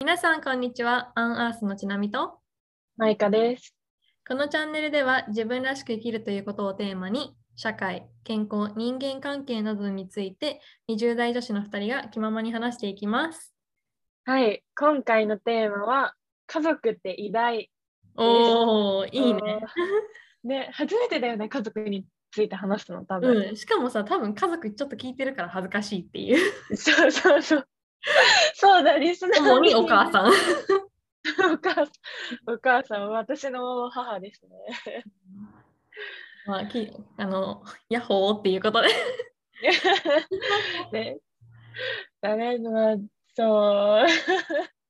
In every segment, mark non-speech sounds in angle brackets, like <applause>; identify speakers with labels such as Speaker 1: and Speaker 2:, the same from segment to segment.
Speaker 1: 皆さん、こんにちは。アンアースのちなみと。
Speaker 2: マイカです。
Speaker 1: このチャンネルでは、自分らしく生きるということをテーマに、社会、健康、人間関係などについて、20代女子の2人が気ままに話していきます。
Speaker 2: はい、今回のテーマは家族って偉大。
Speaker 1: おー、いいね。
Speaker 2: ね、初めてだよね、家族について話すの、多分。
Speaker 1: うん、しかもさ、多分家族ちょっと聞いてるから恥ずかしいっていう。
Speaker 2: そうそうそう。そうだ、リスナー
Speaker 1: 主にお母 <laughs> さん。
Speaker 2: ん。お母さん、お母さんは私の母ですね。
Speaker 1: まあ、きあの、ヤッホーっていうことで。 <laughs>
Speaker 2: ね、だね、まあ、そう。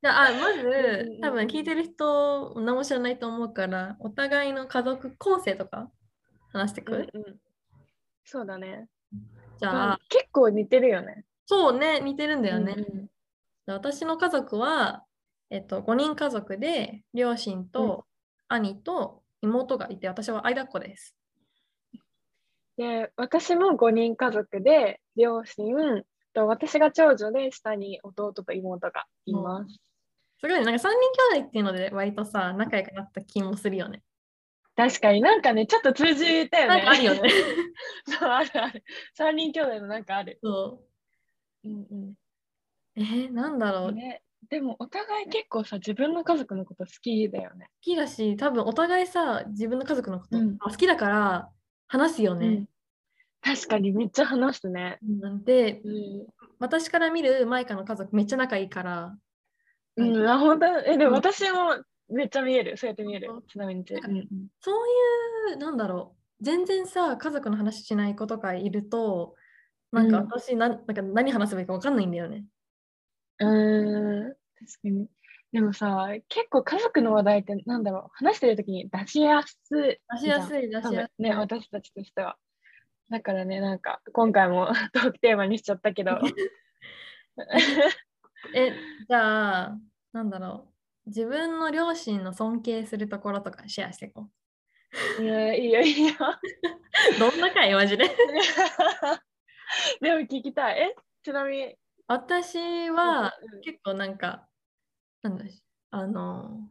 Speaker 1: じゃああま
Speaker 2: うんうんう
Speaker 1: ず
Speaker 2: ん
Speaker 1: 多分聞いてる人何も知らないと思うからお互いの家族構成とか話してく、
Speaker 2: うんうんそうだね。
Speaker 1: じゃあ、
Speaker 2: まあ結構似てるよね。
Speaker 1: そうね似てるんだよね、
Speaker 2: うん
Speaker 1: じゃあ私の家族は、えっと、5人家族で両親と兄と妹がいて私は間っ子です
Speaker 2: で私も5人家族で両親と私が長女で下に弟と妹がいます。
Speaker 1: すごいねなんか3人兄弟っていうので割とさ仲良くなった気もするよね
Speaker 2: 確かになんかねちょっと通じたよ
Speaker 1: なん
Speaker 2: ね。
Speaker 1: かあるよね
Speaker 2: <laughs> そうあるある。3人兄弟のなんかある。
Speaker 1: そう
Speaker 2: うんう
Speaker 1: えー、なんだろう、好
Speaker 2: ね、でもお互い結構さ自分の家族のこと好きだよね。
Speaker 1: きだし多分お互いさ自分の家族のこと、
Speaker 2: うん
Speaker 1: 好きだから話すよね、
Speaker 2: うん確かにめっちゃ話すね。
Speaker 1: なんで
Speaker 2: うん
Speaker 1: 私から見るマイカの家族めっちゃ仲いいから
Speaker 2: うん、あ本当えで
Speaker 1: うん
Speaker 2: も私もめっちゃ見えるそうやって見える
Speaker 1: 本当
Speaker 2: ちなみに、
Speaker 1: なんか
Speaker 2: うんうん
Speaker 1: そういうなんだろう全然さ家族の話しない子とかいるとなんか
Speaker 2: うん
Speaker 1: 私、なん、なんか何話せばいいか分かんないんだよね。
Speaker 2: うーん確かに。でもさ、結構家族の話題ってなんだろう、話してる時に出しやすい。
Speaker 1: 出しやす
Speaker 2: い。
Speaker 1: い出
Speaker 2: 多
Speaker 1: しや
Speaker 2: 分
Speaker 1: すい。
Speaker 2: ね、私たちとしては。だからね、なんか今回も <laughs> トークテーマにしちゃっ
Speaker 1: <laughs>
Speaker 2: たけど。
Speaker 1: えじゃあなんだろう自分の両親の尊敬するところとかシェアしていこ
Speaker 2: いや、いいよ、いいよ。 <laughs>
Speaker 1: う。 <laughs> どんなかいマジで。
Speaker 2: でも聞きたい。え、ちなみに。
Speaker 1: 私は
Speaker 2: うん
Speaker 1: 結構なんかなんだあの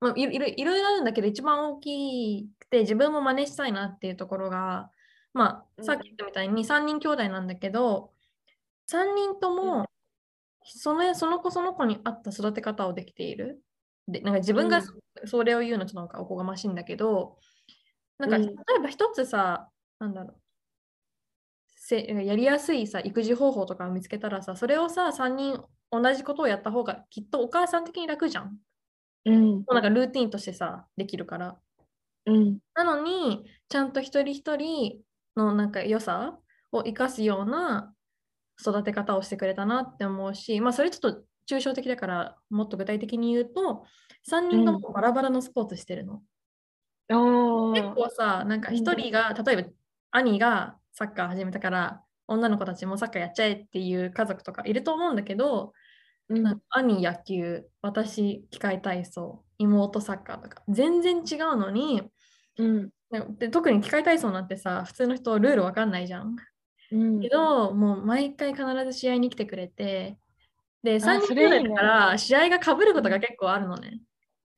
Speaker 1: まあ、いろいろいろいろあるんだけど一番大きくて自分も真似したいなっていうところが、まあ、
Speaker 2: うん
Speaker 1: さっき言ったみたいに3人兄弟なんだけど3人と
Speaker 2: うん
Speaker 1: もそのその子その子に合った育て方をできているでなんか自分
Speaker 2: う
Speaker 1: が
Speaker 2: ん
Speaker 1: そそれを言うのちょっとなんかおこがましいんだけどなんか
Speaker 2: うん
Speaker 1: 例えば一つさなんだろうせやりやすいさ育児方法とかを見つけたらさそれをさ3人同じことをやった方がきっとお母さん的に楽じゃん。
Speaker 2: うん
Speaker 1: もうなんかルーティンとしてさできるから
Speaker 2: うん。
Speaker 1: なのにちゃんと一人一人のなんか良さを生かすような育て方をしてくれたなって思うしまあそれちょっと抽象的だからもっと具体的に言うと3人ともバラバラのスポーツしてるの、
Speaker 2: お
Speaker 1: 結
Speaker 2: ー。
Speaker 1: 構さなんか一人が、例えば兄がサッカー始めたから女の子たちもサッカーやっちゃえっていう家族とかいると思うんだけど、
Speaker 2: うん
Speaker 1: なんか兄野球私機械体操妹サッカーとか全然違うのに
Speaker 2: うん。
Speaker 1: なんかで特に機械体操なんてさ普通の人ルールわかんないじゃん
Speaker 2: うん
Speaker 1: けどもう毎回必ず試合に来てくれてで3人ぐ
Speaker 2: それ
Speaker 1: ら
Speaker 2: いいね
Speaker 1: いだから試合がかぶることが結構あるのね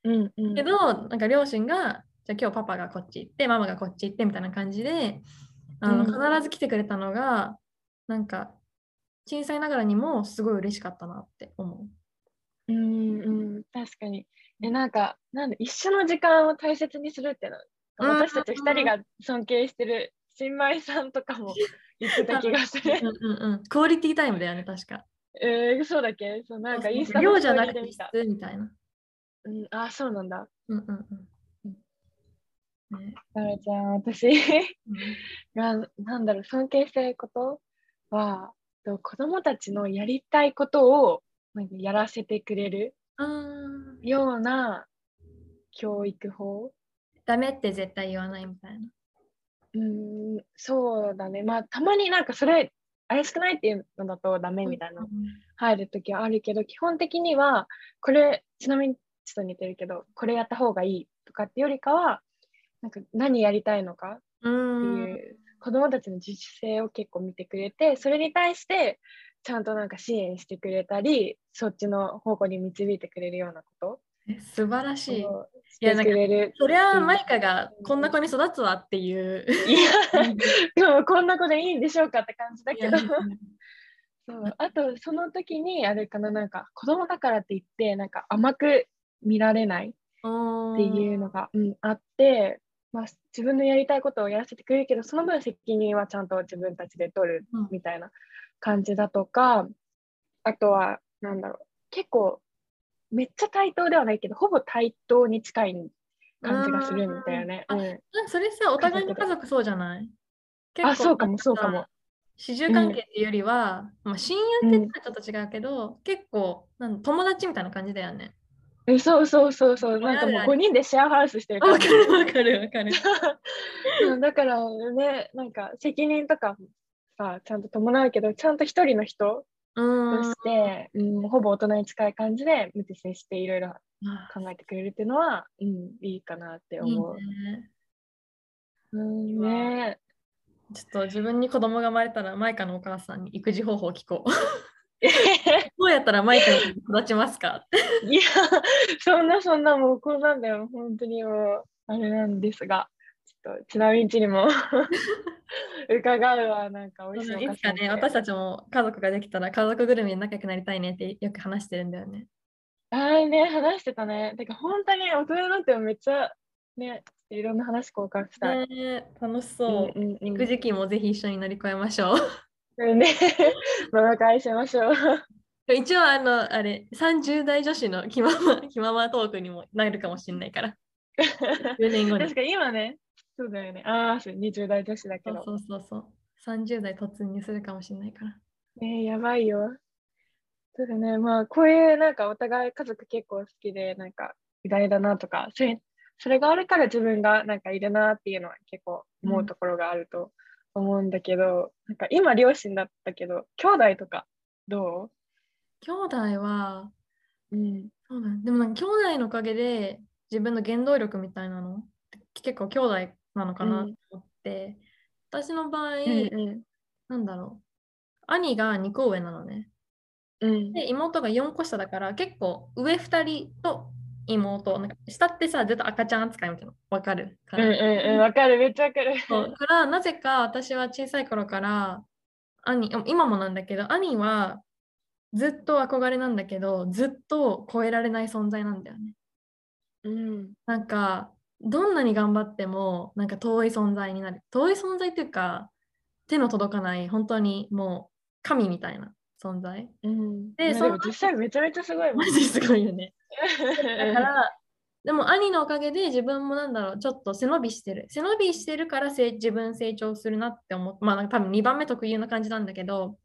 Speaker 2: うんうん
Speaker 1: けどなんか両親がじゃあ今日パパがこっち行ってママがこっち行ってみたいな感じであの
Speaker 2: う
Speaker 1: 必
Speaker 2: ん
Speaker 1: ず来てくれたのがなんか小さいながらにもすごい嬉しかったなって思う。
Speaker 2: うんうん、確かに。え、なんか、なんで一緒の時間を大切にするっての、
Speaker 1: うん
Speaker 2: 私たち二人が尊敬してる新米さんとか
Speaker 1: <laughs>
Speaker 2: も言ってた気がする。
Speaker 1: うんうんうん、クオリティタイムだよね、確か。
Speaker 2: えー、そうだっけそう、なんかインスタの
Speaker 1: 量
Speaker 2: ス
Speaker 1: じ
Speaker 2: ト
Speaker 1: ゃ
Speaker 2: ー
Speaker 1: な
Speaker 2: リー
Speaker 1: く
Speaker 2: で
Speaker 1: て
Speaker 2: 見
Speaker 1: 質
Speaker 2: た。
Speaker 1: みたいな。
Speaker 2: うん、あ、そうなんだ。
Speaker 1: うんうんうん。ね
Speaker 2: だからじゃあ私 <laughs> が、なんだろう、尊敬してることは、と子供たちのやりたいことをなんかやらせてくれる
Speaker 1: うん、あー
Speaker 2: ような教育法
Speaker 1: ダメって絶対言わないみたいな。
Speaker 2: うーん、そうだね。まあ、たまになんかそれ、怪しくないっていうのだとダメみたいな
Speaker 1: うん、
Speaker 2: 入るときはあるけど、基本的には、これ、ちなみにちょっと似てるけど、これやった方がいいとかってよりかは、なんか何やりたいのかって
Speaker 1: うん。
Speaker 2: いう、子供たちの自主性を結構見てくれて、それに対して、ちゃんとなんか支援してくれたりそっちの方向に導いてくれるようなこと
Speaker 1: え素晴らしい。
Speaker 2: をし
Speaker 1: いや
Speaker 2: て
Speaker 1: なん
Speaker 2: く
Speaker 1: か
Speaker 2: れる
Speaker 1: そりゃあ、マイカがこんな子に育つわっていう。 <laughs>
Speaker 2: いやでもこんな子でいいんでしょうかって感じだ
Speaker 1: い
Speaker 2: け
Speaker 1: や
Speaker 2: どそうあとその時にあれかななんか子供だからって言ってなんか甘く見られないっていうのが、うんあって、まあ、自分のやりたいことをやらせてくれるけどその分責任はちゃんと自分たちで取る
Speaker 1: うん
Speaker 2: みたいな感じだとかあとはなんだろう結構めっちゃ対等ではないけどほぼ対等に近い感じがするんだよね。
Speaker 1: う
Speaker 2: うんん
Speaker 1: なんかそれさ、お互いの家族そうじゃない結
Speaker 2: あそうかもそうか
Speaker 1: なん
Speaker 2: も。
Speaker 1: 主従関係っていうよりは、まあ、親友って言ったらちょっと違うけど、結構なん友達みたいな感じだよね。
Speaker 2: えそうそうそうそうなんかも
Speaker 1: あ
Speaker 2: う
Speaker 1: るある
Speaker 2: 5人でシェアハウスしてる
Speaker 1: わ
Speaker 2: 感
Speaker 1: か
Speaker 2: じ
Speaker 1: るわかるわかる。
Speaker 2: うんだからねなんか責任とかさちゃんと伴うけどちゃんと一人の人
Speaker 1: う
Speaker 2: と
Speaker 1: ん
Speaker 2: し。て、うん、ほぼ大人に近い感じで無理接していろいろ
Speaker 1: あ
Speaker 2: 考えてくれるっていうのは、うん、いいかなって
Speaker 1: いい
Speaker 2: 思う。
Speaker 1: ね。
Speaker 2: うん
Speaker 1: わ
Speaker 2: ね
Speaker 1: ちょっと自分に子供が生まれたらマイカのお母さんに育児方法を聞
Speaker 2: <laughs>
Speaker 1: こう。 <laughs> どうやったらマイカに育ちますかって。
Speaker 2: <laughs> いやそんなそんなもうこうなんだよ本当にもうあれなんですがちょっと津波んちにも <laughs> 伺うわなんか美
Speaker 1: い
Speaker 2: 味しいお
Speaker 1: つ
Speaker 2: 菓子
Speaker 1: かね、
Speaker 2: 持って
Speaker 1: 私たちも家族ができたら家族ぐるみで仲良くなりたいねってよく話してるんだよね。
Speaker 2: あれね、話してたね。てか、本当に大人になってもめっちゃ、ね、いろんな話交換したい。
Speaker 1: ねえ楽しそう。
Speaker 2: うんうんうん
Speaker 1: 育児期もぜひ一緒に乗り越えましょう。 <laughs>
Speaker 2: うん <laughs> ね、まあ、会しましょう。
Speaker 1: 一応あのあれ30代女子の気まま <laughs> 気ままトークにもなるかもしれないから10年後に
Speaker 2: 確かに今ね、そうだよね。ああ、そう20代女子だ
Speaker 1: そ
Speaker 2: け
Speaker 1: う
Speaker 2: ど。
Speaker 1: そうそうそう30代突入するかもしれないから
Speaker 2: ね、やばいよ。そうだね、まあ、こういうなんかお互い家族結構好きで、なんか偉大だなとか、それそれがあるから自分がなんかいるなっていうのは結構思うところがあると思うんだけど、なんか今両親だったけど、兄弟とかど
Speaker 1: 兄弟は
Speaker 2: ううん。
Speaker 1: そうだねでもなんか兄弟のおかげで自分の原動力みたいなの結構兄弟なのかなと思って、私の場合、
Speaker 2: うん
Speaker 1: なんだろう兄が2個上なのね
Speaker 2: うん
Speaker 1: で妹が4個下だから結構上2人と妹なんか下ってさずっと赤ちゃん扱いみたいなの分かるか
Speaker 2: う
Speaker 1: ら、
Speaker 2: んうんうん、わかる、めっちゃわかる。
Speaker 1: そうだからなぜか私は小さい頃から兄今もなんだけど兄はずっと憧れなんだけどずっと超えられない存在なんだよね
Speaker 2: うん、
Speaker 1: なんかどんなに頑張ってもなんか遠い存在になる遠い存在っていうか手の届かない本当にもう神みたいな存在
Speaker 2: うん。
Speaker 1: で
Speaker 2: で、
Speaker 1: そ
Speaker 2: そ
Speaker 1: の
Speaker 2: の実際めちゃめちゃすごいも
Speaker 1: <laughs> マ
Speaker 2: ん。
Speaker 1: ジすごいよねだか
Speaker 2: う
Speaker 1: ら、でも兄のおかげで自分もなんだろう、ちょっと背伸びしてる。背伸びしてるからせい自分成長するなって思って、まあなんか多分2番目特有な感じなんだけど、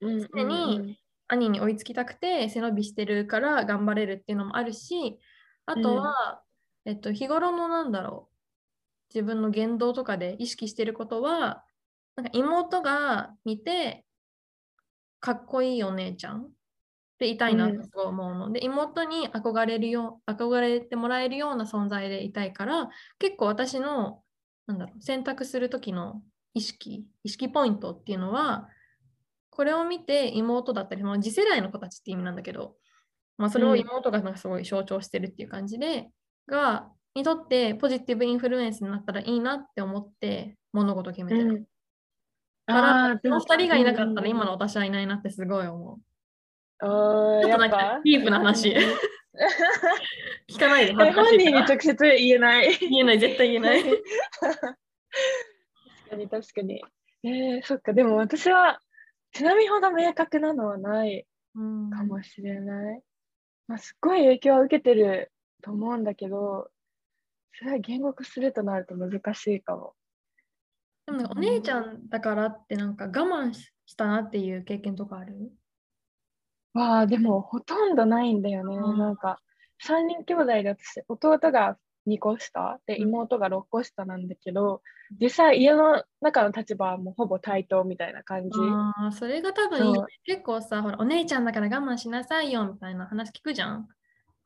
Speaker 2: んうん
Speaker 1: 常に兄に追いつきたくて背伸びしてるから頑張れるっていうのもあるし、あとは、えっと、日頃のなんだろう、自分の言動とかで意識してることは、なんか妹が見て、かっこいいお姉ちゃんでいたいなってすごい思うの、で妹に憧れるよ憧れてもらえるような存在でいたいから結構私のなんだろう選択する時の意識意識ポイントっていうのはこれを見て妹だったり、まあ、次世代の子たちって意味なんだけど、まあ、それを妹がなんかすごい象徴してるっていう感じで、がにとってポジティブインフルエンスになったらいいなって思って物事を決めてる。
Speaker 2: うん。
Speaker 1: だから
Speaker 2: あー
Speaker 1: こ
Speaker 2: で
Speaker 1: の
Speaker 2: も
Speaker 1: 2人がいなかったら今の私はいないなってすごい思う。
Speaker 2: あー
Speaker 1: ちょっ
Speaker 2: や
Speaker 1: となん
Speaker 2: っ
Speaker 1: か
Speaker 2: ぱ
Speaker 1: ディープな
Speaker 2: <laughs>
Speaker 1: 話聞かないで恥ず
Speaker 2: 本
Speaker 1: かし
Speaker 2: 人
Speaker 1: い
Speaker 2: に
Speaker 1: から
Speaker 2: 直接言
Speaker 1: <laughs>
Speaker 2: えない。
Speaker 1: 言えない絶対言えない
Speaker 2: <laughs> 確かに確かに。えー、そっか、でも私は、津波ほど明確なのはない
Speaker 1: うん
Speaker 2: かもしれない。まあ、すっごい影響は受けてると思うんだけど、それは言語化するとなると難しいかも。
Speaker 1: でもなんかお姉ちゃんだからってなんか我慢ししたなっていう経験とかある
Speaker 2: わあ、でもほとんどないんだよね。
Speaker 1: うん
Speaker 2: なんか、3人兄弟で私、弟が2個下で、
Speaker 1: うん
Speaker 2: 妹が6個下なんだけど、実際家の中の立場はもうほぼ対等みたいな感じ。
Speaker 1: あーそれが多分いいよね
Speaker 2: そう
Speaker 1: 結構さほらお姉ちゃんだから我慢しなさいよみたいな話聞くじゃん、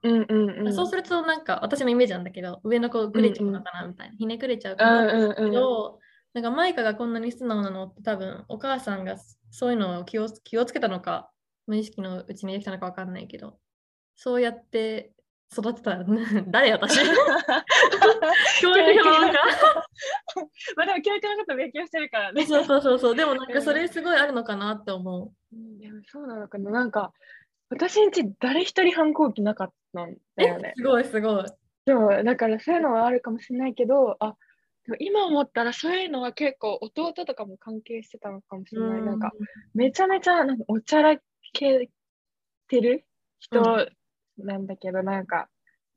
Speaker 2: うんうんうん。
Speaker 1: そうするとなんか私のイメージなんだけど上の子ぐれちゃうのかなみたいな、ひねくれちゃうかな
Speaker 2: うんうん
Speaker 1: け
Speaker 2: うん。
Speaker 1: ど、なんかマイカがこんなに素直なのって多分お母さんがそういうのを気を気をつけたのか、無意識のうちにできたのかわかんないけど、そうやって育てたら、 <laughs> 誰私教育のなんか。
Speaker 2: <laughs> まあでも教育のこと勉強してるからね。
Speaker 1: そうそうそうそう。でもなんかそれすごいあるのかなって思
Speaker 2: うんでもそうなのかな。なんか、私んち誰一人反抗期なかったん
Speaker 1: う。
Speaker 2: だよね。
Speaker 1: すごいすごい。
Speaker 2: でも、だからそういうのはあるかもしれないけど、あでも今思ったらそういうのは結構弟とかも関係してたのかもしれない。なんか、めちゃめちゃなんかおちゃらけてる人なんだけど、なんか、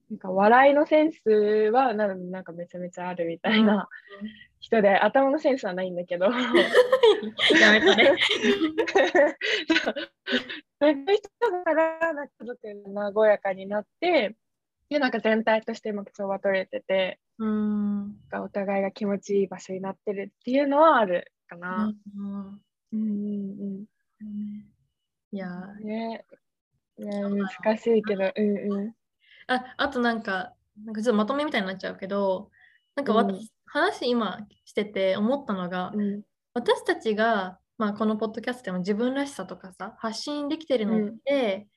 Speaker 2: なんか笑いのセンスはなんなんかめちゃめちゃあるみたいな
Speaker 1: うん
Speaker 2: 人で、頭のセンスはないんだけど。 <laughs>
Speaker 1: うんやめたね。
Speaker 2: そういう人からなんか家族が和やかになってでなんか全体としても調和取れてて
Speaker 1: うん。
Speaker 2: なんかお互いが気持ちいい場所になってるっていうのはあるかな。
Speaker 1: うん
Speaker 2: うんうん
Speaker 1: いやー
Speaker 2: うん、ねね難しいけど、うんうん。
Speaker 1: ああとなんか、なんかちょっとまとめみたいになっちゃうけど、なんか私、
Speaker 2: うん
Speaker 1: 話今してて思ったのが、
Speaker 2: うん
Speaker 1: 私たちが、まあ、このポッドキャストでも自分らしさとかさ、発信できてるのって、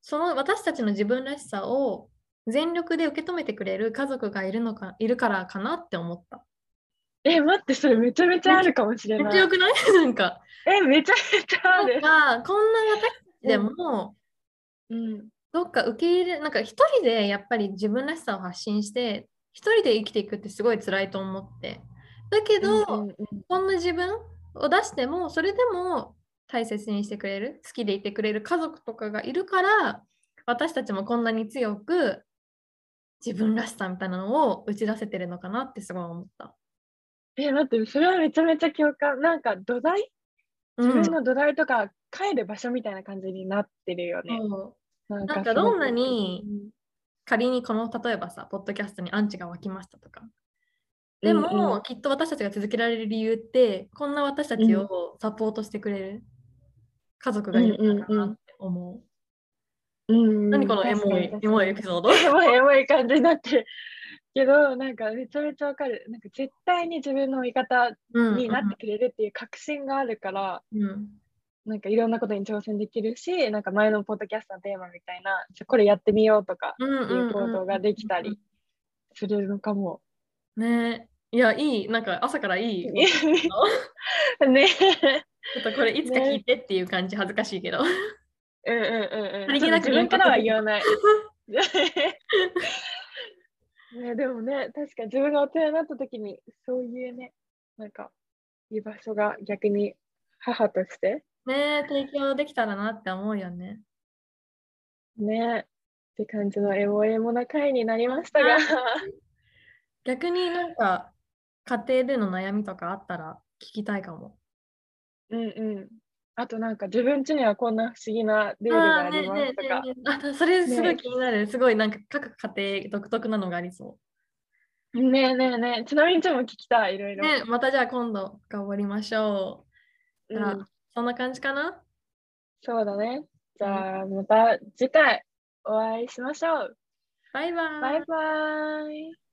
Speaker 1: その私たちの自分らしさを全力で受け止めてくれる家族がいるのかいるからかなって思った。
Speaker 2: え、待って、それめちゃめちゃあるかもしれ
Speaker 1: めっ
Speaker 2: な
Speaker 1: ちゃよ
Speaker 2: い。
Speaker 1: くない <laughs> なんか、
Speaker 2: え、めちゃめちゃある。
Speaker 1: なんかこんな私たちでも、
Speaker 2: うん。
Speaker 1: どっか受け入れなんか一人でやっぱり自分らしさを発信して一人で生きていくってすごい辛いと思ってだけど、
Speaker 2: うんうんうん
Speaker 1: こんな自分を出してもそれでも大切にしてくれる好きでいてくれる家族とかがいるから私たちもこんなに強く自分らしさみたいなのを打ち出せてるのかなってすごい思った。
Speaker 2: え、待って、それはめちゃめちゃ共感。なんか土台自分の土台とか帰る場所みたいな感じになってるよね。
Speaker 1: うんそうな
Speaker 2: な
Speaker 1: んか
Speaker 2: すごく
Speaker 1: どんなに仮にこの例えばさポッドキャストにアンチが湧きましたとかでも、
Speaker 2: うんうん
Speaker 1: きっと私たちが続けられる理由ってこんな私たちをサポートしてくれる、家族がいるからなって思う,、
Speaker 2: うんうん
Speaker 1: 何このエモいエモいエピ
Speaker 2: ー
Speaker 1: ソード
Speaker 2: エモいエモい感じになってるけどなんかめちゃめちゃわかるなんか絶対に自分の味方
Speaker 1: <laughs> うん
Speaker 2: になってくれるっていう確信があるから、
Speaker 1: うん
Speaker 2: なんかいろんなことに挑戦できるしなんか前のポッドキャストのテーマみたいなじゃあこれやってみようとか
Speaker 1: うん
Speaker 2: っていう行動ができた
Speaker 1: うん
Speaker 2: りするのかも。
Speaker 1: ねいやいいなんか朝からいい <laughs>
Speaker 2: ね
Speaker 1: ちょ
Speaker 2: <laughs>
Speaker 1: っとこれいつか聞いてっていう感じ恥ずかしいけど
Speaker 2: うんうんうんうん
Speaker 1: さりげなく
Speaker 2: 自分からは言わ <laughs> ない。ね、でもね、確かに自分が大人になった時に、そういうね、なんか、居場所が逆に母として、
Speaker 1: ね提供できたらなって思うよね
Speaker 2: ね、って感じのエモエモな回になりましたが、
Speaker 1: 逆になんか家庭での悩みとかあったら聞きたいかも
Speaker 2: うんうん。あとなんか、自分家にはこんな不思議なルールが
Speaker 1: あー
Speaker 2: あ
Speaker 1: ね
Speaker 2: りますとか、
Speaker 1: ねねねあそれすご
Speaker 2: ね
Speaker 1: い気になる、すごいなんか各家庭独特なのがありそ、
Speaker 2: ねえねえねえ、ちなみにちょっと聞きたい、いろいうろ。
Speaker 1: ね、またじゃあ今度頑張りましょう、
Speaker 2: う
Speaker 1: あ
Speaker 2: ん、
Speaker 1: そんな感じかな
Speaker 2: そうだね。じゃあ、また次回お会いしましょう。
Speaker 1: バイバーイ
Speaker 2: バイバイ。